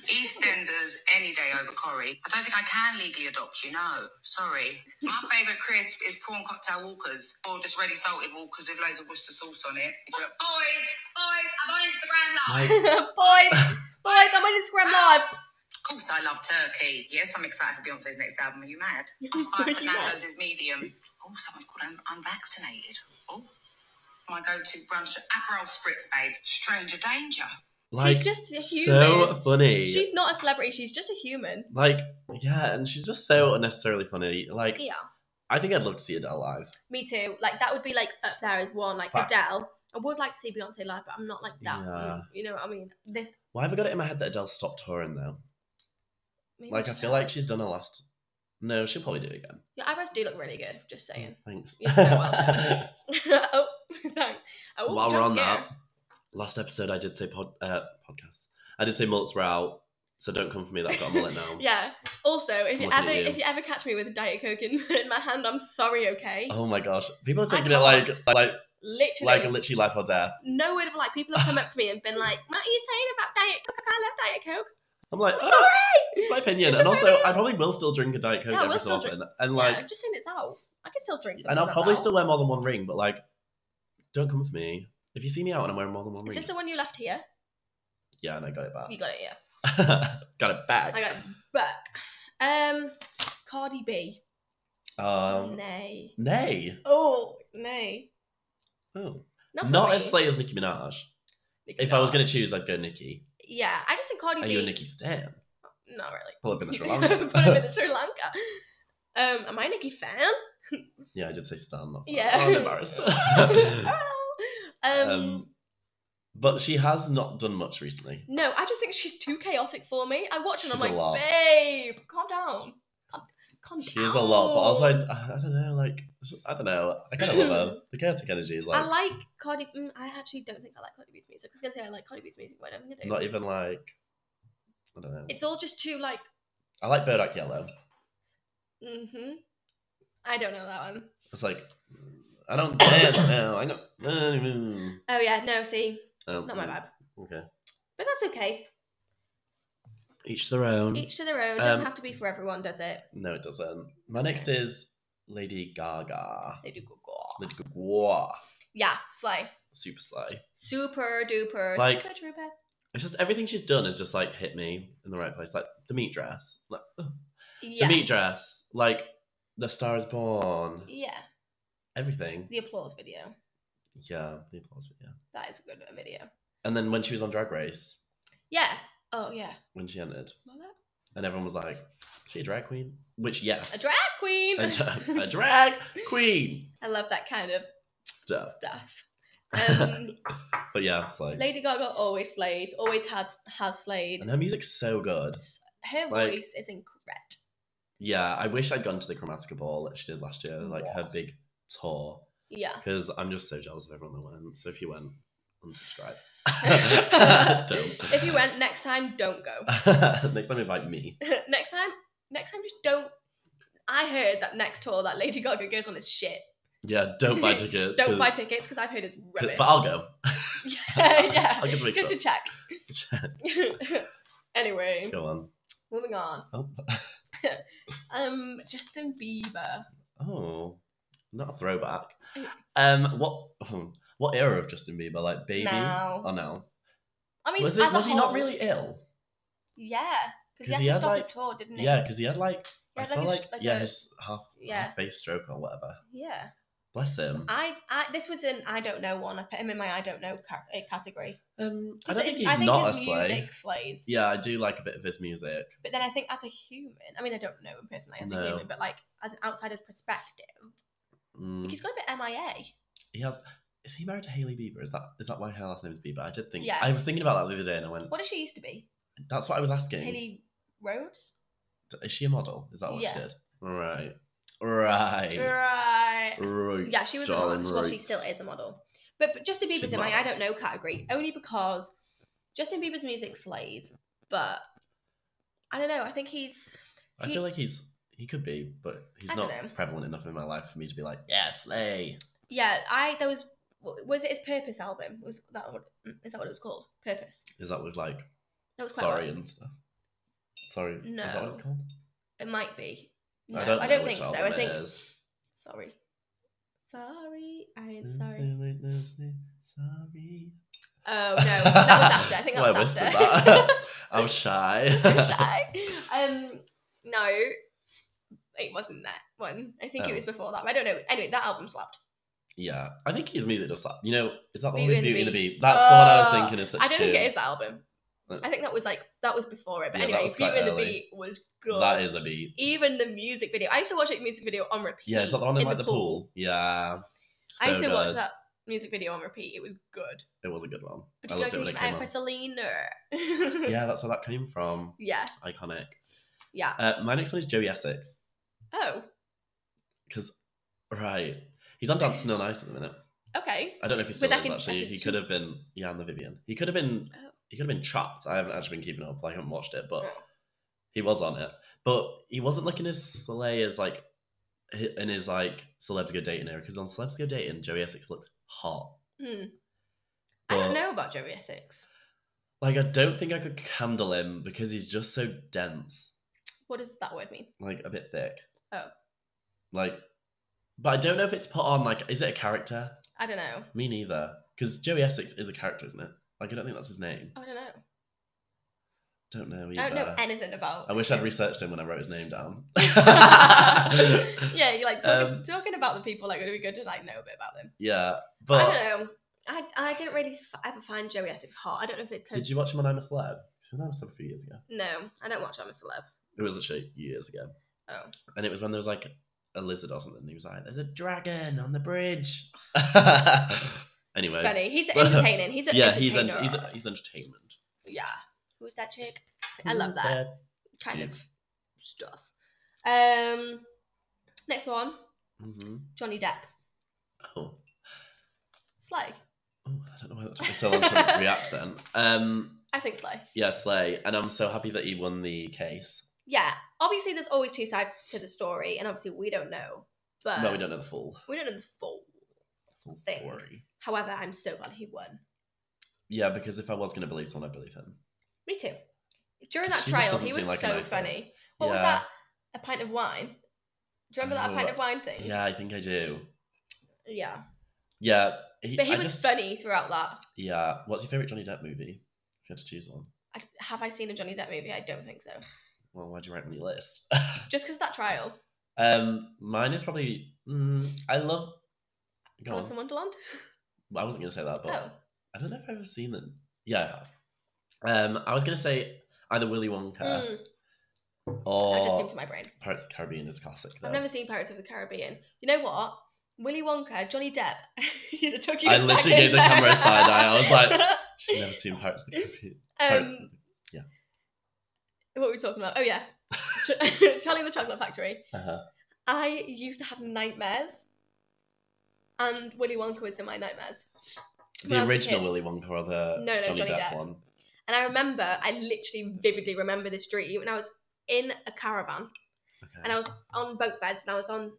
EastEnders any day over Corrie. I don't think I can legally adopt you, no. Sorry. My favourite crisp is prawn cocktail walkers, or just ready salted walkers with loads of Worcester sauce on it. Boys, boys, I'm on Instagram live.
Like,
<laughs> boys,
<laughs>
boys, I'm on Instagram Live.
Of course, I love turkey. Yes, I'm excited for Beyonce's next album. Are
<laughs>
you mad? I'm
Are
surprised
you
that
mad?
Nando's is medium. Oh, someone's called un- unvaccinated. Oh, my go-to brunch Aperol spritz, babes. Stranger danger.
like
she's just a human.
so funny.
she's not a celebrity. She's just a human.
like yeah, and she's just so unnecessarily funny. Like
Yeah.
I think I'd love to see Adele live.
Me too. Like that would be like up there as one. Like
Fact.
Adele. I would like to see Beyonce live, but I'm not like that.
Yeah.
You know what I mean? This.
Why have I got it in my head that Adele stopped touring though?
maybe
Like
she
I feel like
has.
she's done her last. No, she'll probably do it again.
Your eyebrows do look really good. Just
Mm.
saying. <laughs>
Thanks. <laughs>
You're so welcome. oh, <laughs> thanks. Oh,
While we're
jump
on
scare.
that, last episode I did say pod uh, podcast. I did say mullets were out, so don't come for me that I've got a mullet now.
<laughs> Yeah. Also, if you
Looking at
ever
um, you.
if you ever catch me with a diet coke in, <laughs> in my hand, I'm sorry. Okay.
Oh my gosh, people are
I
taking it like like
Literally.
like literally life or death.
no word of like people have come up to me and been like, "What are you saying about diet coke? I love diet
<laughs>
coke."
I'm like,
I'm
"Oh, it's
sorry.
my opinion,
It's
and
just my
also I probably will still drink a diet coke
Yeah, I
every
will
so
still
often, and
yeah, I'm
like,
just saying it's out. I can still drink.
and I'll
something
probably
that's out.
still wear more than one ring, but like, don't come for me if you see me out and I'm wearing more than one
Is
ring.
this the one you left here?
Yeah, and I got it back.
You got it. Yeah.
<laughs> got it back.
I got it back. Um, Cardi B.
um,
nay.
nay.
Oh, nay.
Oh.
Not, for
Not
me.
as slay as Nicki Minaj.
Nicki
If I was
Minaj.
gonna choose, I'd go Nicki.
yeah, I just think Cardi
Are
B.
you a Nicki Stan?
Not really.
Pull up in the
<laughs>
Sri
Put him in
Lanka.
the Sri Lanka. Um, am I a Nicki fan?
<laughs> yeah, I did say Stan. Not fan.
Yeah.
Oh,
<laughs>
I'm embarrassed. <laughs>
um,
um, but she has not done much recently.
no, I just think she's too chaotic for me. I watch her and I'm
She's a
like,
lot.
babe, calm down. Calm, calm
She
down.
is a lot, but I was
Oh.
like, I I don't know, like, I don't know. I kind of love her. The chaotic energy is
I
like,
like Cardi. Mm, I actually don't think I like Cardi B's music. I was gonna say I like Cardi B's music, but I don't think I do.
not even like, I don't know.
It's all just too like.
I like Bodak Yellow.
Mm-hmm. I don't know that one.
It's like, I don't <coughs> dance now. I got. Um,
Oh yeah, no, see, not my vibe.
Okay.
But that's okay.
Each their own.
Each to their own. Doesn't
Um,
have to be for everyone, does it?
No, it doesn't. My next is Lady Gaga.
They do go go.
Lady Gaga.
Yeah, slay.
Super sly.
Super duper.
Like-
super duper.
It's just everything she's done has just like hit me in the right place. Like the meat dress. Like ugh.
Yeah.
the meat dress. Like the star is born.
yeah.
Everything.
The applause video.
Yeah, the applause video.
That is a good video.
And then when she was on Drag Race,
Yeah. Oh yeah.
when she entered,
Love that.
and everyone was like, "Is she a drag queen?" Which yes,
A drag queen.
<laughs> a, dra- a drag queen
I love that kind of
stuff.
stuff.
<laughs>
Um,
But yeah, it's like,
Lady Gaga always slayed. Always had has slayed.
and her music's so good.
Her
Like-
voice is incorrect.
Yeah, I wish I'd gone to the Chromatica ball that she did last year, like her big tour,
Yeah.
<laughs> because I'm just so jealous of everyone that went. So if you went,
<laughs>
unsubscribe. don't.
If you went next time, don't go. <laughs>
<laughs> Next time, invite me.
next time, next time, just don't. I heard that next tour that Lady Gaga goes on is shit.
Yeah, don't
<laughs>
buy tickets.
Don't
'cause-
buy tickets because I've heard it's
<laughs> 'cause-
rubbish. <laughs>
But I'll go.
yeah, yeah.
I'll get to make
Just
sure.
to
<laughs>
check. <laughs> anyway,
Go on.
moving on.
Oh.
Um, Justin Bieber.
oh, not a throwback.
Yeah.
Um, what <laughs> what era of Justin Bieber? Like baby?
Now.
Oh no.
I mean,
Was,
as
it,
a
was he not
whole-
really ill?
Yeah, because he
'Cause
had
he
to
had,
stop
like-
his tour, didn't he?
Yeah, because he had like
He
I
had,
saw
like, a sh-
like,
like
yeah
a-
his half,
yeah.
half face stroke or whatever.
Yeah.
Bless him.
I, I this was an I don't know one. I put him in my I don't know ca- uh, category.
um, I
'Cause
don't
it's-
think he's
I think
not a
his
slay.
music slays.
Yeah, I do like a bit of his music.
But then I think as a human, I mean, I don't know him personally as a
No.
human, but like as an outsider's perspective,
Mm.
he's got a bit MIA.
He has. Is he married to Haley Bieber? Is that is that why her last name is Bieber? I did think.
Yeah.
I was thinking about that the other day, and I went,
What does she used to be?
"That's what I was asking.
Haley Rhodes?
Is she a model? Is that what
Yeah.
she did? Right, right,
Right.
right.
Yeah, she was a
darling,
model. Well, she
right.
still is a model. But, but Justin Bieber's
She's
in my
not.
I don't know category only because Justin Bieber's music slays, but I don't know. I think he's
I feel like he's he could be, but he's
I
not
dunno.
prevalent enough in my life for me to be like, yeah, slay.
yeah. I there was was it his Purpose album? Was that what is that what it was called? Purpose.
Is that with like
That was quite
sorry
well.
and stuff? Sorry, is that
No.
what it's called?
It might be. No,
I don't, know
think
which
so.
album
I
it
think
is.
sorry, sorry, I ain't sorry. <laughs>
Sorry.
Oh no, that was after. I think
Well,
that
I
was
whispered
after.
that. I'm shy.
<laughs>
<laughs>
Shy. Um, no, it wasn't that one. I think it
Oh.
was before that. But I don't know. Anyway, that album slapped.
Yeah, I think his music does that. You know, is that the one
Beauty
with
and the
Beauty and the
Beast.
Beast? That's the one I was
Oh,
thinking. Is such
I don't think
tune.
it is that album.
No.
I think that was like that was before it. But
Yeah, that
anyway,
was quite
Beauty and the
early.
Beat was good.
That is a beat.
Even the music video. I used to watch it music video on repeat.
Yeah, is that the one in,
in
like the pool? Yeah,
I used
So
to watch
good.
that music video on repeat. It was good.
It was a good one.
But
I
you
loved
gotta
it when it
keep
came
eye
on.
for Selena.
Yeah, that's where that came from.
<laughs> yeah.
Iconic.
Yeah.
Uh, my next one is Joey Essex
Oh,
because right, he's on Dancing on Ice at the minute.
okay.
I don't know if he
But
still
that
is
can-
actually.
that can
He
see-
could have been yeah, on the Vivian. He could have been
Oh.
he could have been trapped. I haven't actually been keeping up. I haven't watched it, but
Oh.
he was on it. But he wasn't looking as slay as like hi- in his like celebs go dating era because on celebs go dating, Joey Essex looked hot.
Hmm. I don't
But-
know about Joey Essex.
Like I don't think I could handle him because he's just so dense,
What does that word mean?
like a bit thick.
Oh.
Like, but I don't know if it's put on. Like, is it a character?
I don't know.
Me neither. Because Joey Essex is a character, isn't it? Like, I don't think that's his name.
I don't know.
Don't know either.
I don't know anything about.
I <laughs> wish I'd
him.
researched him when I wrote his name down.
<laughs> yeah, you're like talking,
Um,
talking about the people. Like, it would be good to like know a bit about them.
<laughs> yeah,
I
but
don't know. I, I didn't really f- ever find Joey Essex hot. I don't know if it's 'cause-
did you watch him on I'm a Celeb? She was on I'm a Celeb a few years ago.
No, I don't watch I'm a Celeb.
It was literally years ago.
Oh.
And it was when there was like a lizard or something. and He was like, "There's a dragon on the bridge." <laughs> anyway,
Funny. He's entertaining. He's an
<laughs> yeah, he's an,
entertainer.
he's a, he's entertainment.
yeah. Who's that chick? I love
Who's
that kind
Yeah.
of stuff. Um, next one,
Mhm.
Johnny Depp.
Oh.
Slay.
oh, I don't know why that took me so long to react then. Um,
I think slay.
yeah, Slay, and I'm so happy that he won the case.
Yeah. Obviously, there's always two sides to the story, and obviously, we don't know. But
no, we don't know the full
We don't know the full.
full
Thing.
story.
However, I'm so glad he won.
Yeah, because if I was going to believe someone, I'd believe him.
Me too. During that
She just
trial,
doesn't
he
seem
was
like a
so
nice guy.
funny. What was
Yeah.
that? A pint of wine. Do you remember that
Oh,
pint of wine thing?
Yeah, I think I do.
Yeah.
Yeah, he,
But he
I
was
just-
funny throughout that.
Yeah, what's your favorite Johnny Depp movie? If you had to choose one,
I, have I seen a Johnny Depp movie? I don't think so.
well, why'd you write on your list? <laughs>
Just because that trial,
um, mine is probably. Mm, I love. Go on.
Alice in Wonderland.
I wasn't gonna say that, but
Oh,
I don't know if I've ever seen them. Yeah, I have. Um, I was gonna say either Willy Wonka
Mm, that just came
Uh, or
to my brain.
Pirates of the Caribbean is classic.
I've
though.
never seen Pirates of the Caribbean. You know what? Willy Wonka, Johnny Depp. <laughs> It Um, took you
I
a
literally
second
gave the
there.
camera a side eye. I
<laughs>
was like- She's never seen Pirates of the Caribbean. Pirates of
um,
the-
what were we talking about? Oh
<laughs>
yeah, Ch- <laughs> Charlie and the Chocolate Factory.
uh-huh.
I used to have nightmares, and Willy Wonka was in my nightmares. when I
The
was a
original
kid.
Willy Wonka or the
No, no,
Johnny,
Johnny
Depp,
Depp.
one?
And I remember, I literally vividly remember this dream. And I was in a caravan
Okay.
and I was on bunk beds and I was on,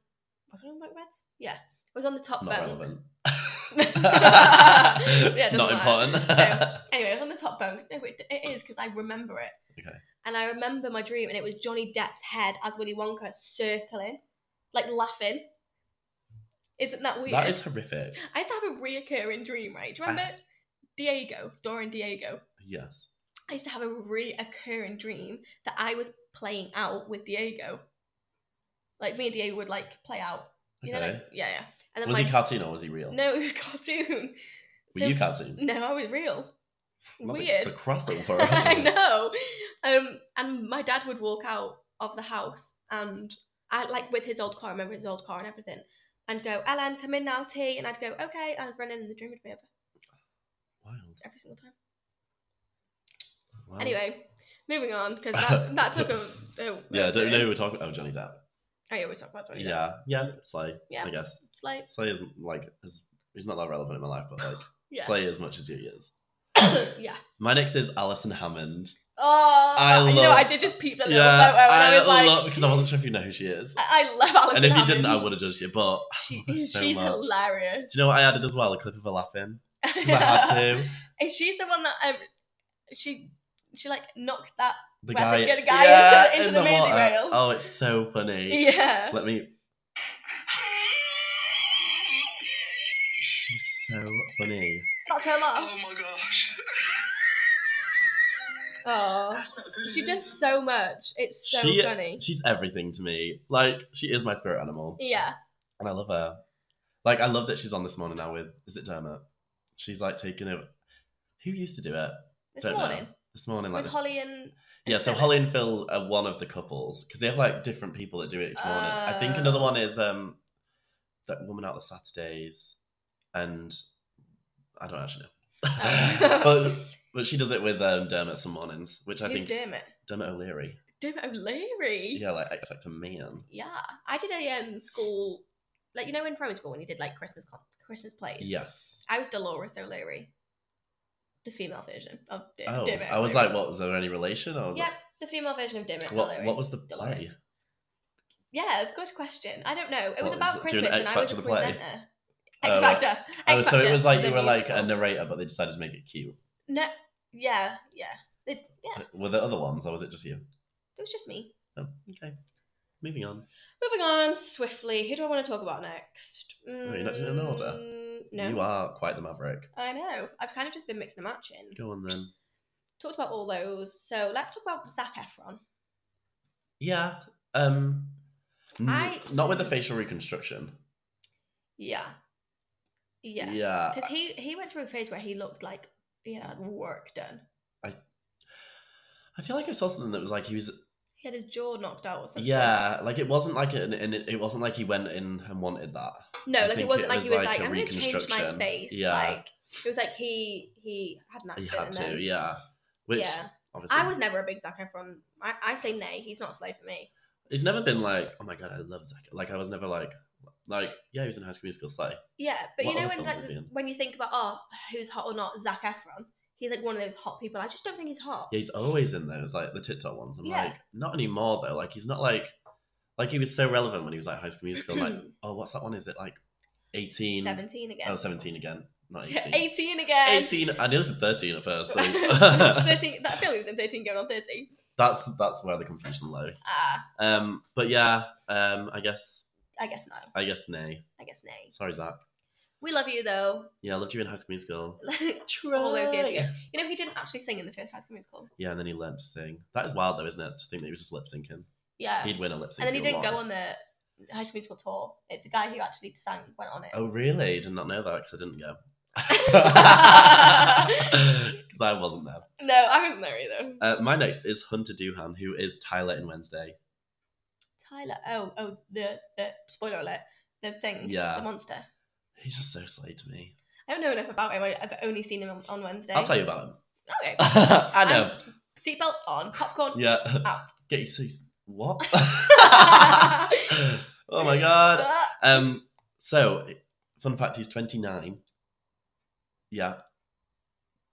was I on bunk beds? Yeah. I was on the top
Not
bunk.
relevant.
<laughs>
<laughs>
Yeah, it doesn't
Not
matter.
important. <laughs>
Anyway, I was on the top bunk. No, it, it is because I remember it.
Okay.
And I remember my dream and it was Johnny Depp's head as Willy Wonka circling, like laughing. Isn't that weird?
that is Ah. horrific.
I had to have a reoccurring dream, right? Do you remember Diego, Dorian Diego?
Yes.
I used to have a reoccurring dream that I was playing out with Diego. Like me and Diego would like play out. You know,
Okay.
like, yeah, yeah. And
was
my,
he cartoon or was he real?
No, it was <laughs> cartoon.
Were
So-
you cartoon?
No, I was real.
Not the-
Weird.
The,
<laughs>
cross little for
I know. Um, and my dad would walk out of the house and I like with his old car, I remember his old car and everything, and go, Ellen, come in now, tea. And I'd go, okay. And I'd run in and the dream would be over
Wild.
every single time.
Wow.
Anyway, moving on because
<laughs>
that, that took a. a
Oh. Yeah, I
a
don't
turn.
know who we're talking about. Oh, Johnny Depp.
Oh, yeah, we talked about Johnny Depp.
Yeah. Yeah. Slay.
Yeah.
I guess.
It's like,
Slay is like, is, he's not that relevant in my life, but like,
<laughs> yeah.
slay as much as you is.
<coughs> yeah.
My next is Alison Hammond.
Oh,
I
you know,
love-
I did just peep that little
yeah,
photo, and I, was like,
love because I wasn't sure if you know who she is.
I, I love Alison.
and if you
Hammond.
didn't, I would have judged you. But <laughs>
She,
I love her so
she's
much.
hilarious.
do you know what I added as well? A clip of
<laughs>
her laughing because I had to.
And she's the one that um, she she like knocked that.
The
Well,
guy,
get a guy
yeah,
into- into
in
the music
water.
rail.
Oh, it's so
<laughs>
funny.
Yeah.
Let me. She's so funny.
That's her laugh.
Oh my gosh.
Oh,
That's not good.
she
is it?
does so much. It's so
She- uh,
funny.
She's everything to me. Like she is my spirit animal,
Yeah.
and I love her. Like I love that she's on this morning now with is it Dermot? She's like taking over. Who used to do it?
This
Don't know.
morning
This morning, like
with
the-
Holly and
Yeah, so
Philip.
Holly and Phil are one of the couples because they have like different people that do it each morning. I think
Oh.
another one is um that woman out the Saturdays, and I don't actually know,
Oh.
<laughs> but but she does it with um, Dermot some mornings, which I
who's
think
Dermot.
Dermot O'Leary.
Dermot O'Leary.
Yeah, like expect a man.
Yeah, I did a um, school, like you know, in primary school when you did like Christmas con- Christmas plays.
Yes.
I was Dolores O'Leary, the female version of D-
Oh,
Dermot.
I was
O'Leary.
like, what was there any relation? I was
yeah, the female version of Dermot
like, what?
O'Leary.
What was the play?
Dolores. Yeah, good question. I don't know. It was
What,
about
do you
Christmas,
do an
and I was
X
a
Factor play?
presenter.
Oh,
X Factor.
Oh,
X
so it
Factor,
was like
the
you were like a
musical.
narrator, but they decided to make it cute.
no. Yeah, yeah. It's, yeah,
Were there other ones, or was it just you?
it was just me.
Oh, okay. Moving on.
Moving on swiftly. Who do I want to talk about next?
you're not doing an order?
Mm, No,
You are quite the maverick.
I know. I've kind of just been mixing and matching.
Go on then.
Talked about all those. So let's talk about Zac Efron.
Yeah. Um. n-
I-
Not with the facial reconstruction.
Yeah, yeah.
Yeah.
Because he he went through a phase where he looked like he had work done.
I feel like I saw something that was like he was.
He had his jaw knocked out or something.
Yeah. Like it wasn't like an, and it, it wasn't like he went in and wanted that.
No,
I
like it
think
wasn't
it
like
was
he was
like
like,
a
I'm going to change my
reconstruction.
face.
Yeah.
Like it was like he he had an
He
accident.
had
and
to.
then,
Yeah. Which
yeah,
obviously
I was never a big Zac Efron. I, I say nay. He's not a slave for me.
It's never been like oh my god I love Zac. Like I was never like like yeah he was in High School Musical Slay.
Yeah, but
What
you know
other
when
films
like
is he in?
when you think about oh who's hot or not, Zac Efron. He's like one of those hot people. I just don't think he's hot.
Yeah, he's always in those like the TikTok ones. I'm
Yeah.
like not anymore though. Like he's not like like he was so relevant when he was like High School
<clears throat>
Musical. like oh what's that one? Is it like 18?
Seventeen again.
Oh, 17 again,
<laughs>
not
Yeah,
18.
18 again.
18 I knew it was 13 at first.
<laughs>
So <laughs>
13, that film was in 13 going on 30.
that's that's where the confusion lay.
Ah,
Um, but yeah, um, I guess
I guess no.
I guess nay.
I guess nay.
Sorry, Zach.
We love you though. <laughs>
Yeah, I loved you in High School Musical.
All those years ago.
Try.
You know, he didn't actually sing in the first High School Musical.
Yeah, and then he learned to sing. That is wild though, isn't it? To think that he was just lip syncing.
Yeah.
He'd win a lip
and
sync.
then he
if
didn't go
won.
on the High School Musical tour. It's the guy who actually sang went on it.
Oh really? Did not know that because I
<laughs>
didn't go. <laughs> Because I wasn't there.
No, I wasn't there either.
Uh, my next is Hunter Doohan, who is Tyler in Wednesday.
Tyler. Oh, oh, the, the spoiler alert. The thing.
Yeah.
The monster.
He's just so slay to me.
I don't know enough about him. I- I've only seen him on, on Wednesday.
I'll tell you about him.
Okay.
<laughs> I know.
Um, Seatbelt on. Popcorn
yeah.
out.
Get your suits. What?
<laughs> Ah.
oh
Uh,
my god. Um. So, fun fact: he's twenty nine. Yeah.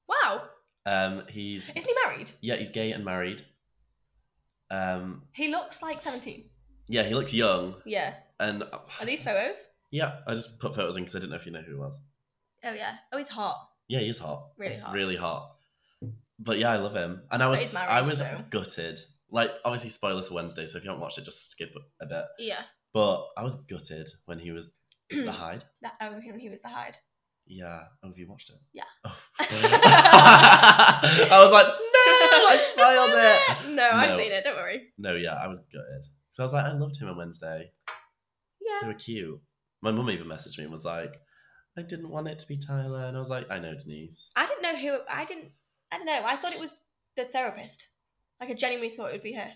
Wow.
Um, he's
Isn't he married?
yeah, he's gay and married. Um,
He looks like 17.
yeah, he looks young,
Yeah.
and
Are these photos?
yeah, I just put photos in because I didn't know if you know who it was.
Oh, yeah. Oh, he's hot.
Yeah, he's hot.
Really hot.
Really hot. But yeah, I love him, and I was
he's married,
I was
so-
gutted. Like obviously, spoilers for Wednesday, so if you haven't watched it, just skip a bit.
Yeah.
But I was gutted when
<clears throat>
he was the hide.
That, oh, he he was the hide.
Yeah. Oh, have you watched it?
Yeah.
Oh. <laughs> I was like, no, I spoiled it.
<laughs> Spoiled it! No, I've
No.
seen it. Don't worry.
No, yeah, I was gutted. So I was like, I loved him on Wednesday. They
Yeah.
were cute. My mum even messaged me and was like, I didn't want it to be Tyler. And I was like, I know, Denise.
I didn't know who. I didn't. I don't know. I thought it was the therapist. Like, I genuinely thought it would be her.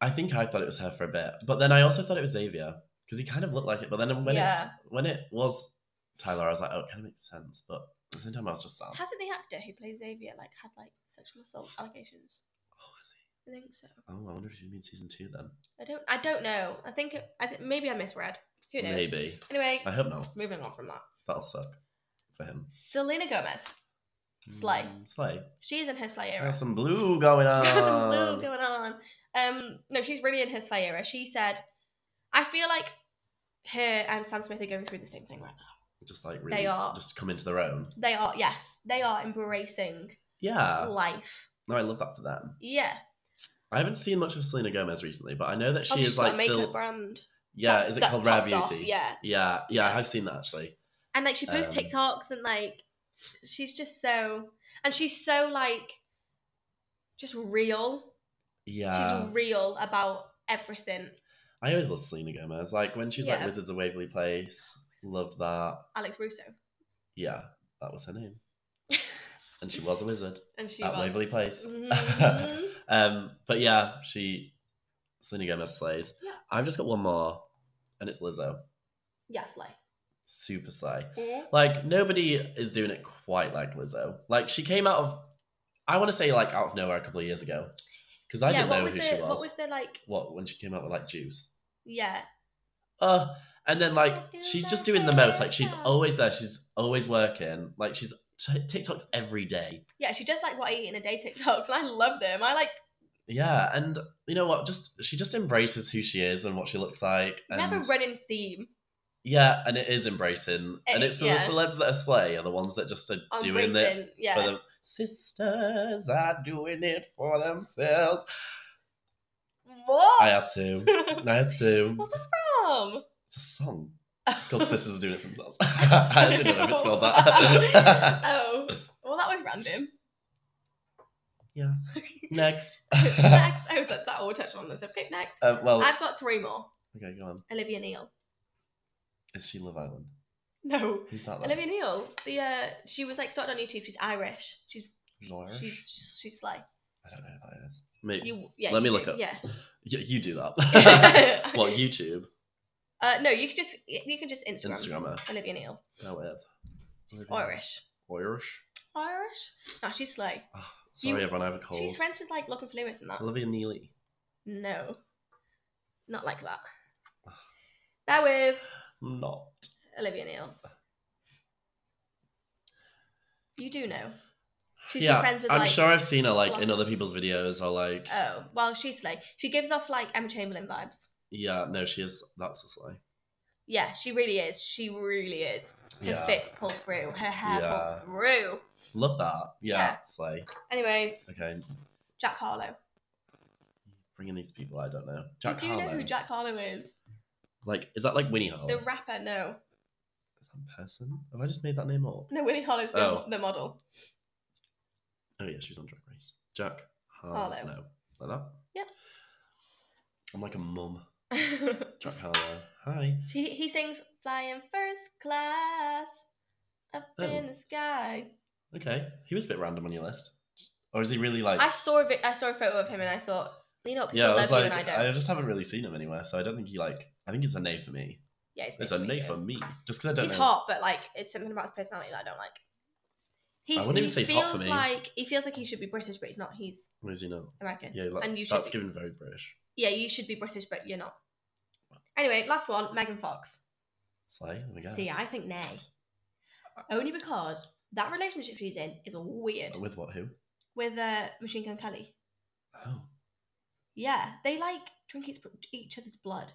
I think I thought it was her for a bit. But then I also thought it was Xavier because he kind of looked like it. But then when,
Yeah.
it's, when it was Tyler, I was like, oh, it kind of makes sense. But at the same time, I was just sad.
Hasn't the actor who plays Xavier like had like sexual assault allegations?
Oh, is he?
I think so.
Oh, I wonder if he's been in season two then.
I don't. I don't know. I think. It, I th- maybe I misread. Who knows?
Maybe.
Anyway,
I hope not.
moving on from that.
That'll suck for him.
Selena Gomez. Slay.
Mm, Slay.
She is in her Slay era. <laughs>
Got some blue going on.
Got some blue going on. Um, no, she's really in her Slay era. She said, "I feel like her and Sam Smith are going through the same thing right now.
Just like really,
are.
just come into their own.
They are, yes, they are embracing
Yeah.
life.
No, I love that for them.
Yeah,
I haven't seen much of Selena Gomez recently, but I know that she
Obviously,
is like
Oh, got a makeup
still.
brand.
Yeah,
That-
is it
that
called Rare
pops off,
Beauty?
Yeah,
yeah, yeah, I've seen that actually.
and like she posts
Um,
TikToks and like she's just so, and she's so like, just real.
Yeah,
she's real about everything.
I always loved Selena Gomez. Like when she was
Yeah.
like Wizards of Waverly Place, loved that.
Alex Russo, <laughs>
Yeah, that was her name, and she was a wizard
and she
at
was.
Waverly Place.
Mhm.
<laughs> Um, but yeah, she Selena Gomez slays.
Yeah.
I've just got one more, and it's Lizzo.
yes, like.
Super slay. like nobody is doing it quite like Lizzo. Like she came out of, I want to say like out of nowhere a couple of years ago, because I
yeah,
didn't
what
know
was
who
the
she was.
what was the like
What, when she came out with like Juice?
yeah
Uh, and then like
I do
she's
the
just doing the most. Like she's
haircut.
always there. She's always working. Like she's t- TikToks every day.
yeah she does like what I eat in a day TikToks and I love them. I like
Yeah, and you know what? Just she just embraces who she is and what she looks like. And,
never run in theme.
Yeah, and it is embracing.
Eh,
and it's
yeah.
the celebs that are slay are the ones that just are
I'm
doing it
racing, yeah.
for them. Sisters are doing it for themselves.
What?
I had to. I had to.
<laughs> What's this from?
It's a song. It's
<laughs>
called Sisters Doing It For Themselves. <laughs> I should not know if it's called that.
<laughs> oh, well, that was random.
next.
<laughs> next, I was like, that all touched on this. Okay, next.
Uh, well,
I've got three more.
okay, go on.
Olivia Neal.
Is she Love Island?
No,
Who's that? Then?
Olivia Neal. The uh, she was like started on YouTube. She's Irish. She's
Laura?
she's she's like
I don't know who that is. Maybe.
you. Yeah,
Let
you
me
do,
look up.
Yeah. <laughs>
You, you do that. <laughs> what, YouTube?
Uh, no, you can just you can just Instagram.
Instagrammer.
Olivia Neal.
No, weird.
She's
Olivia.
Irish.
Irish?
Irish? No, she's slow.
Oh, sorry,
You-
everyone, I have a cold.
She's friends with like Lachlan Lewis and that.
Olivia Neely.
No, not like
<sighs>
that. That with
Not.
Olivia Neal. You do know. She's been
yeah,
friends with
I'm
like.
sure I've seen her like in
lots-
other people's videos or like.
Oh well, she's slow. She gives off like Emma Chamberlain vibes.
yeah, no, she is. That's a sly.
Yeah, she really is. She really is. Her
Yeah,
fits pull through. Her hair
Yeah.
pulls through.
love that. Yeah,
Yeah.
sly.
Anyway,
Okay,
Jack Harlow.
bringing these people I don't know. Jack
you do
Harlow. Oh.
know who Jack Harlow is?
like, is that like Winnie Harlow?
The rapper, no.
That person? Have I just made that name up?
No, Winnie Hollow's the,
Oh.
the model. <laughs>
Oh yeah, she's on Drag Race. Jack Harlow.
Harlow.
No, like that.
Yep.
I'm like a mum.
he,
Jack Harlow. Hi.
he sings flying first class up in
Oh.
the sky.
Okay, he was a bit random on your list, or is he really like?
I saw a vi- I saw a photo of him and I thought, you know what, people
yeah, I
love
was like,
you and I don't.
I just haven't really seen him anywhere, so I don't think he like. I think it's a nay for me.
yeah, it's,
It's a nay
too.
for me, just because I don't
He's
know.
hot, but like it's something about his personality that I don't like. He,
I wouldn't even
he
say he's
feels
hot for me.
like he feels like he should be British, but he's not. He's
Or is he not?
American.
Yeah, like,
And you should
that's
be-
given very British.
Yeah, you should be British, but you're not. Anyway, last one, Megan Fox.
Slay, I guess.
See, I think nay. Only because That relationship she's in is weird
With what? Who?
with uh, Machine Gun Kelly.
Oh,
Yeah, they like drink each, each other's blood.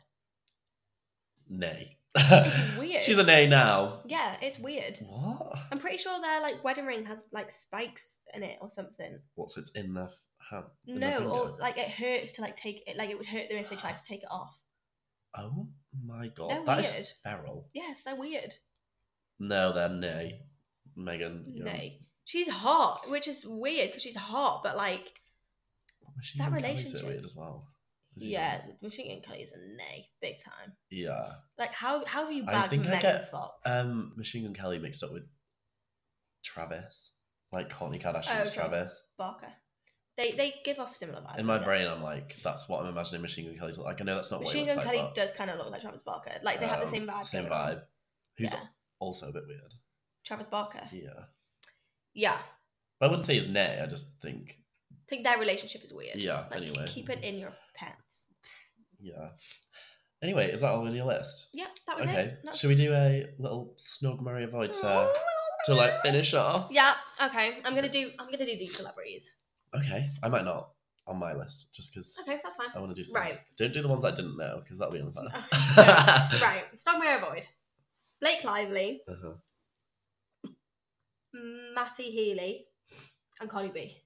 nay. <laughs>
It's weird.
She's a nay now.
Yeah, it's weird.
What?
I'm pretty sure their like wedding ring has like spikes in it or something.
What's it's in the hand? in the
No,
finger?
or like it hurts to like take it. Like it would hurt them if they tried to take it off.
Oh my
They're
god, that is
weird.
feral.
Yes, they're weird.
No, they're nay. Megan, you're-
No, she's hot, which is weird because she's hot, but like
Machine
That
Gun Kelly's a bit
relationship.
weird as well. Is he-
yeah, Machine Gun Kelly is a nay, big time.
Yeah.
Like how how have you
I
bagged
think I
Megan
get,
Fox?
Um, Machine Gun Kelly mixed up with Travis, like Courtney Kardashian's
Oh, Travis.
Travis.
Barker. They they give off similar vibes.
In my
I guess.
brain, I'm like, that's what I'm imagining Machine Gun Kelly's like. I know that's not
Machine
what
Gun
he looks
Kelly
like, but,
does kind of look like Travis Barker. Like they have the
um,
same vibe.
Same
going on.
vibe. Who's
Yeah.
also a bit weird.
Travis Barker.
Yeah.
Yeah,
But I wouldn't say he's nay. I just think,
I think their relationship is weird.
yeah.
Like,
anyway,
keep it in your pants.
yeah. Anyway, is that all on your list?
Yeah, that was
Okay.
it. That's-
Should we do a little snug Maria Void to, to like finish off?
Yeah. Okay. I'm gonna do. I'm gonna do these celebrities.
Okay. I might not on my list just because
Okay, that's fine.
I want to do something.
Right.
Don't do the ones I didn't know because that'll be unfair. <laughs>
Okay. <laughs> right. Stop my avoid. Blake Lively,
Uh-huh.
Matty Healy, and Cardi B.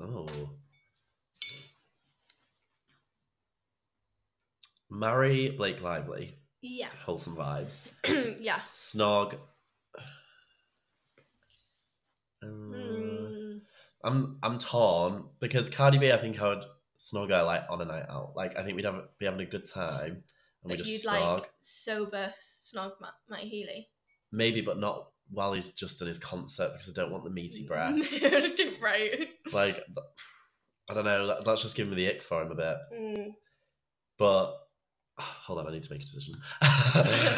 Oh. Marry Blake Lively.
Yeah. <clears throat>
Wholesome vibes.
yeah.
Snog. Uh,
Mm.
I'm I'm torn because Cardi B. I think I would snog her like on a night out. Like I think we'd have be having a good time and we
But
just
you'd
snog.
like sober snog Ma- Matty Healy.
Maybe, but not while he's just done his concert because I don't want the meaty breath.
<laughs> right.
like th- I don't know. That, that's just giving me the ick for him a bit.
Mm.
But <sighs> hold on, I need to make a decision.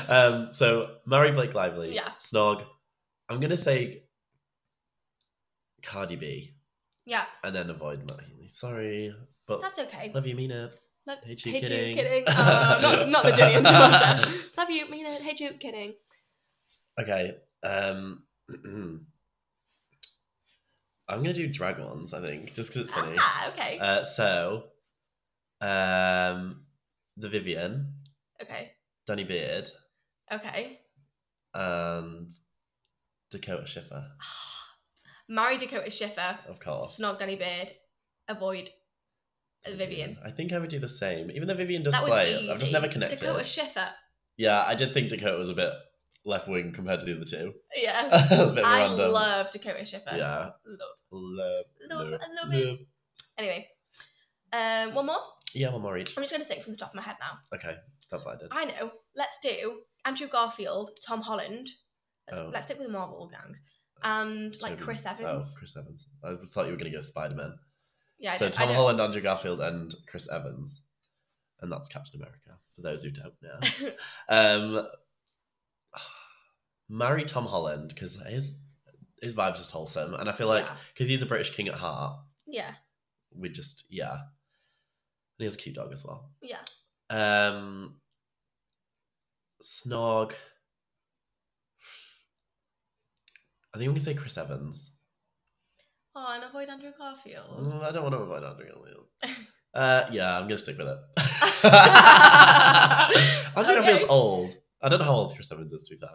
um, so marry Blake Lively.
Yeah.
Snog. I'm gonna say Cardi B,
Yeah.
and then avoid Matt Healy. Sorry, but
That's okay.
love you, Mina.
Love-
Hate you,
hate
kidding.
you,
<laughs>
kidding. Uh, not, not the Julian Georgia. Love you, mean it. Hate you, kidding.
Okay. Um, <clears throat> I'm gonna do drag ones. I think just because it's funny.
Ah, okay.
Uh, so, um, the Vivian,
okay.
Danny Beard,
Okay.
and Dakota Schiffer,
Marry Dakota Schiffer.
of course.
Snog Danny Beard. Avoid Vivian.
I think I would do the same, even though Vivian does
that was
slay.
easy.
I've just never connected.
Dakota Schiffer.
yeah, I did think Dakota was a bit left wing compared to the other two. <laughs>
Yeah.
a bit
I
random.
love Dakota Schiffer.
Yeah,
Love,
love,
love,
love,
I love it.
love.
Anyway, um, one more.
Yeah, one more each.
I'm just going to think from the top of my head now.
Okay, that's what I did.
I know. Let's do Andrew Garfield, Tom Holland. Let's,
Oh.
let's stick with the Marvel gang. And like
Toby.
Chris
Oh,
Evans.
Chris Evans. I thought you were gonna go Spider Man.
Yeah, I
so
don't- I
Tom
don't-
Holland, Andrew Garfield, and Chris Evans, and that's Captain America. For those who don't
<laughs>
know, um, marry Tom Holland because his his vibe's just wholesome, and I feel like
Yeah.
because he's a British king at heart,
yeah,
we just yeah, and he has a cute dog as well.
yeah.
Um, Snog. I think I'm gonna say Chris Evans.
Oh, and avoid Andrew Garfield.
Mm, I don't want to avoid Andrew
<laughs>
Garfield. Uh, yeah, I'm gonna stick with it. <laughs> Andrew Garfield's
Okay.
old. I don't know how old Chris Evans is. To be fair,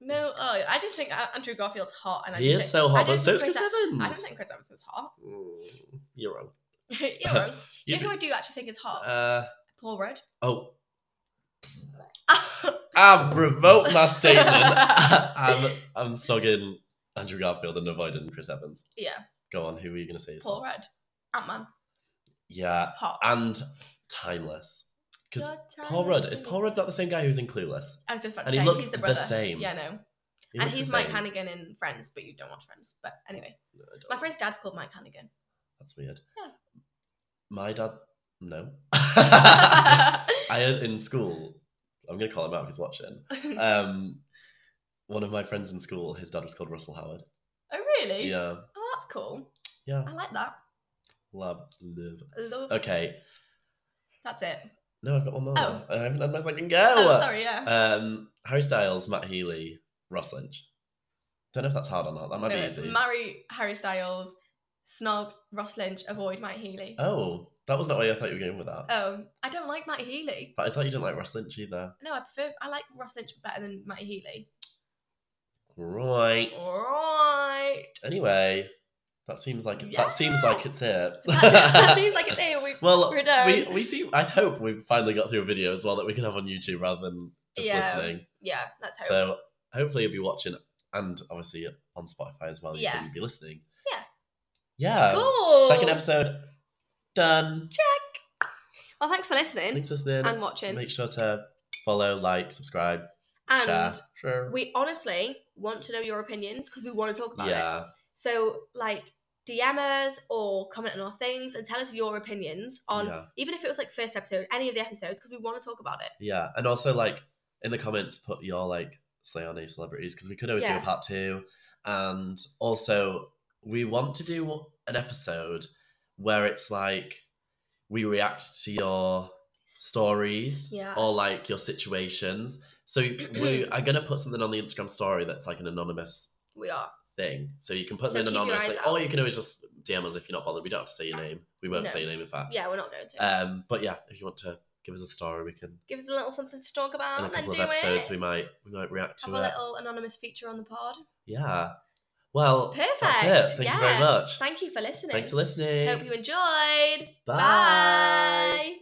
No, oh, I just think A- Andrew Garfield's hot, and I
he
just think-
is so
I
hot,
don't
but so
think
is Chris
Ev-
Evans.
I don't think Chris Evans is hot. <laughs>
Mm, You're wrong. <laughs>
You're wrong. Do you
You
know who I
do.
do actually think is hot?
Uh,
Paul Rudd. <laughs>
oh, I revoke my statement. <laughs> I'm I'm snogging Andrew Garfield and avoiding Chris Evans.
Yeah.
Go on. Who are you gonna say? is
Paul
hot?
Rudd. Ant Man.
Yeah,
Hot.
and timeless. Because
Your
Uh, Paul
time
Rudd
to
is
me.
Paul Rudd not the same guy who's in Clueless?
I was just about to
and he
say
looks
he's
the
the brother.
same.
Yeah, no.
He
and
looks the
he's Mike
same.
Hannigan in Friends, but you don't watch Friends. But anyway,
No, I don't.
my friend's dad's called Mike
<laughs>
Hannigan. <laughs>
That's weird.
Yeah.
My dad,
<laughs>
no. <laughs> I
Oh,
had in school. I'm gonna call him out if he's watching. Um, one of my friends in school, his dad was called Russell Howard.
oh really?
Yeah,
Oh, that's cool.
yeah.
I like that.
Love, love.
Love.
Okay,
That's it.
no, I've got one more.
Oh.
I haven't had my second go.
Oh, sorry. Yeah.
Um, Harry Styles, Matt Healy, Ross Lynch. Don't know if that's hard or not. That might
No,
be
it's
easy.
marry Harry Styles, snog Ross Lynch, avoid Matt Healy.
oh, that was not where I thought you were going with that.
Oh, I don't like Matt Healy.
But I thought you didn't like Ross Lynch either.
No, I prefer I like Ross Lynch better than Matt Healy.
Right. <laughs>
Alright.
Anyway, that seems like
Yeah.
that seems like it's it.
That, that
<laughs>
seems like it's here. We've
well,
we're done.
we we see. I hope we finally got through a video as well that we can have on YouTube rather than just
Yeah,
listening.
yeah, let's hope.
So hopefully you'll be watching and obviously on Spotify as well.
Yeah.
you'll be listening.
Yeah.
Yeah.
cool.
um, Second episode done.
Well, thanks for listening
Thanks for listening.
and watching.
Make sure to follow, like, subscribe,
and
share. Sure.
we honestly want to know your opinions because we want to talk about it.
yeah.
So, like, DM us or comment on our things and tell us your opinions on,
Yeah.
even if it was like first episode, any of the episodes, because we want to talk about it.
Yeah, and also like in the comments, put your like Slayani celebrities because we could always do
Yeah.
a part two. And also, we want to do an episode where it's like we react to your stories
Yeah.
or like your situations.
<clears throat>
So we are gonna put something on the Instagram story that's like an anonymous
We are.
thing. So you can put
So
them in
keep your
anonymously,
eyes
or
out.
you can always just DM us if you're not bothered. We don't have to say your name. We won't
No.
say your name, in fact.
Yeah, we're not going to.
Um, but yeah, if you want to give us a story, we can
Give us a little something to talk
in
about
a
and then
couple
do
of episodes
it.
we might we might react to
Have
it.
a little anonymous feature on the pod.
Yeah. Well, That's
Perfect.
it. Thank you very
Yeah.
much.
Thank you for listening.
Thanks for listening.
Hope you enjoyed.
Bye.
Bye.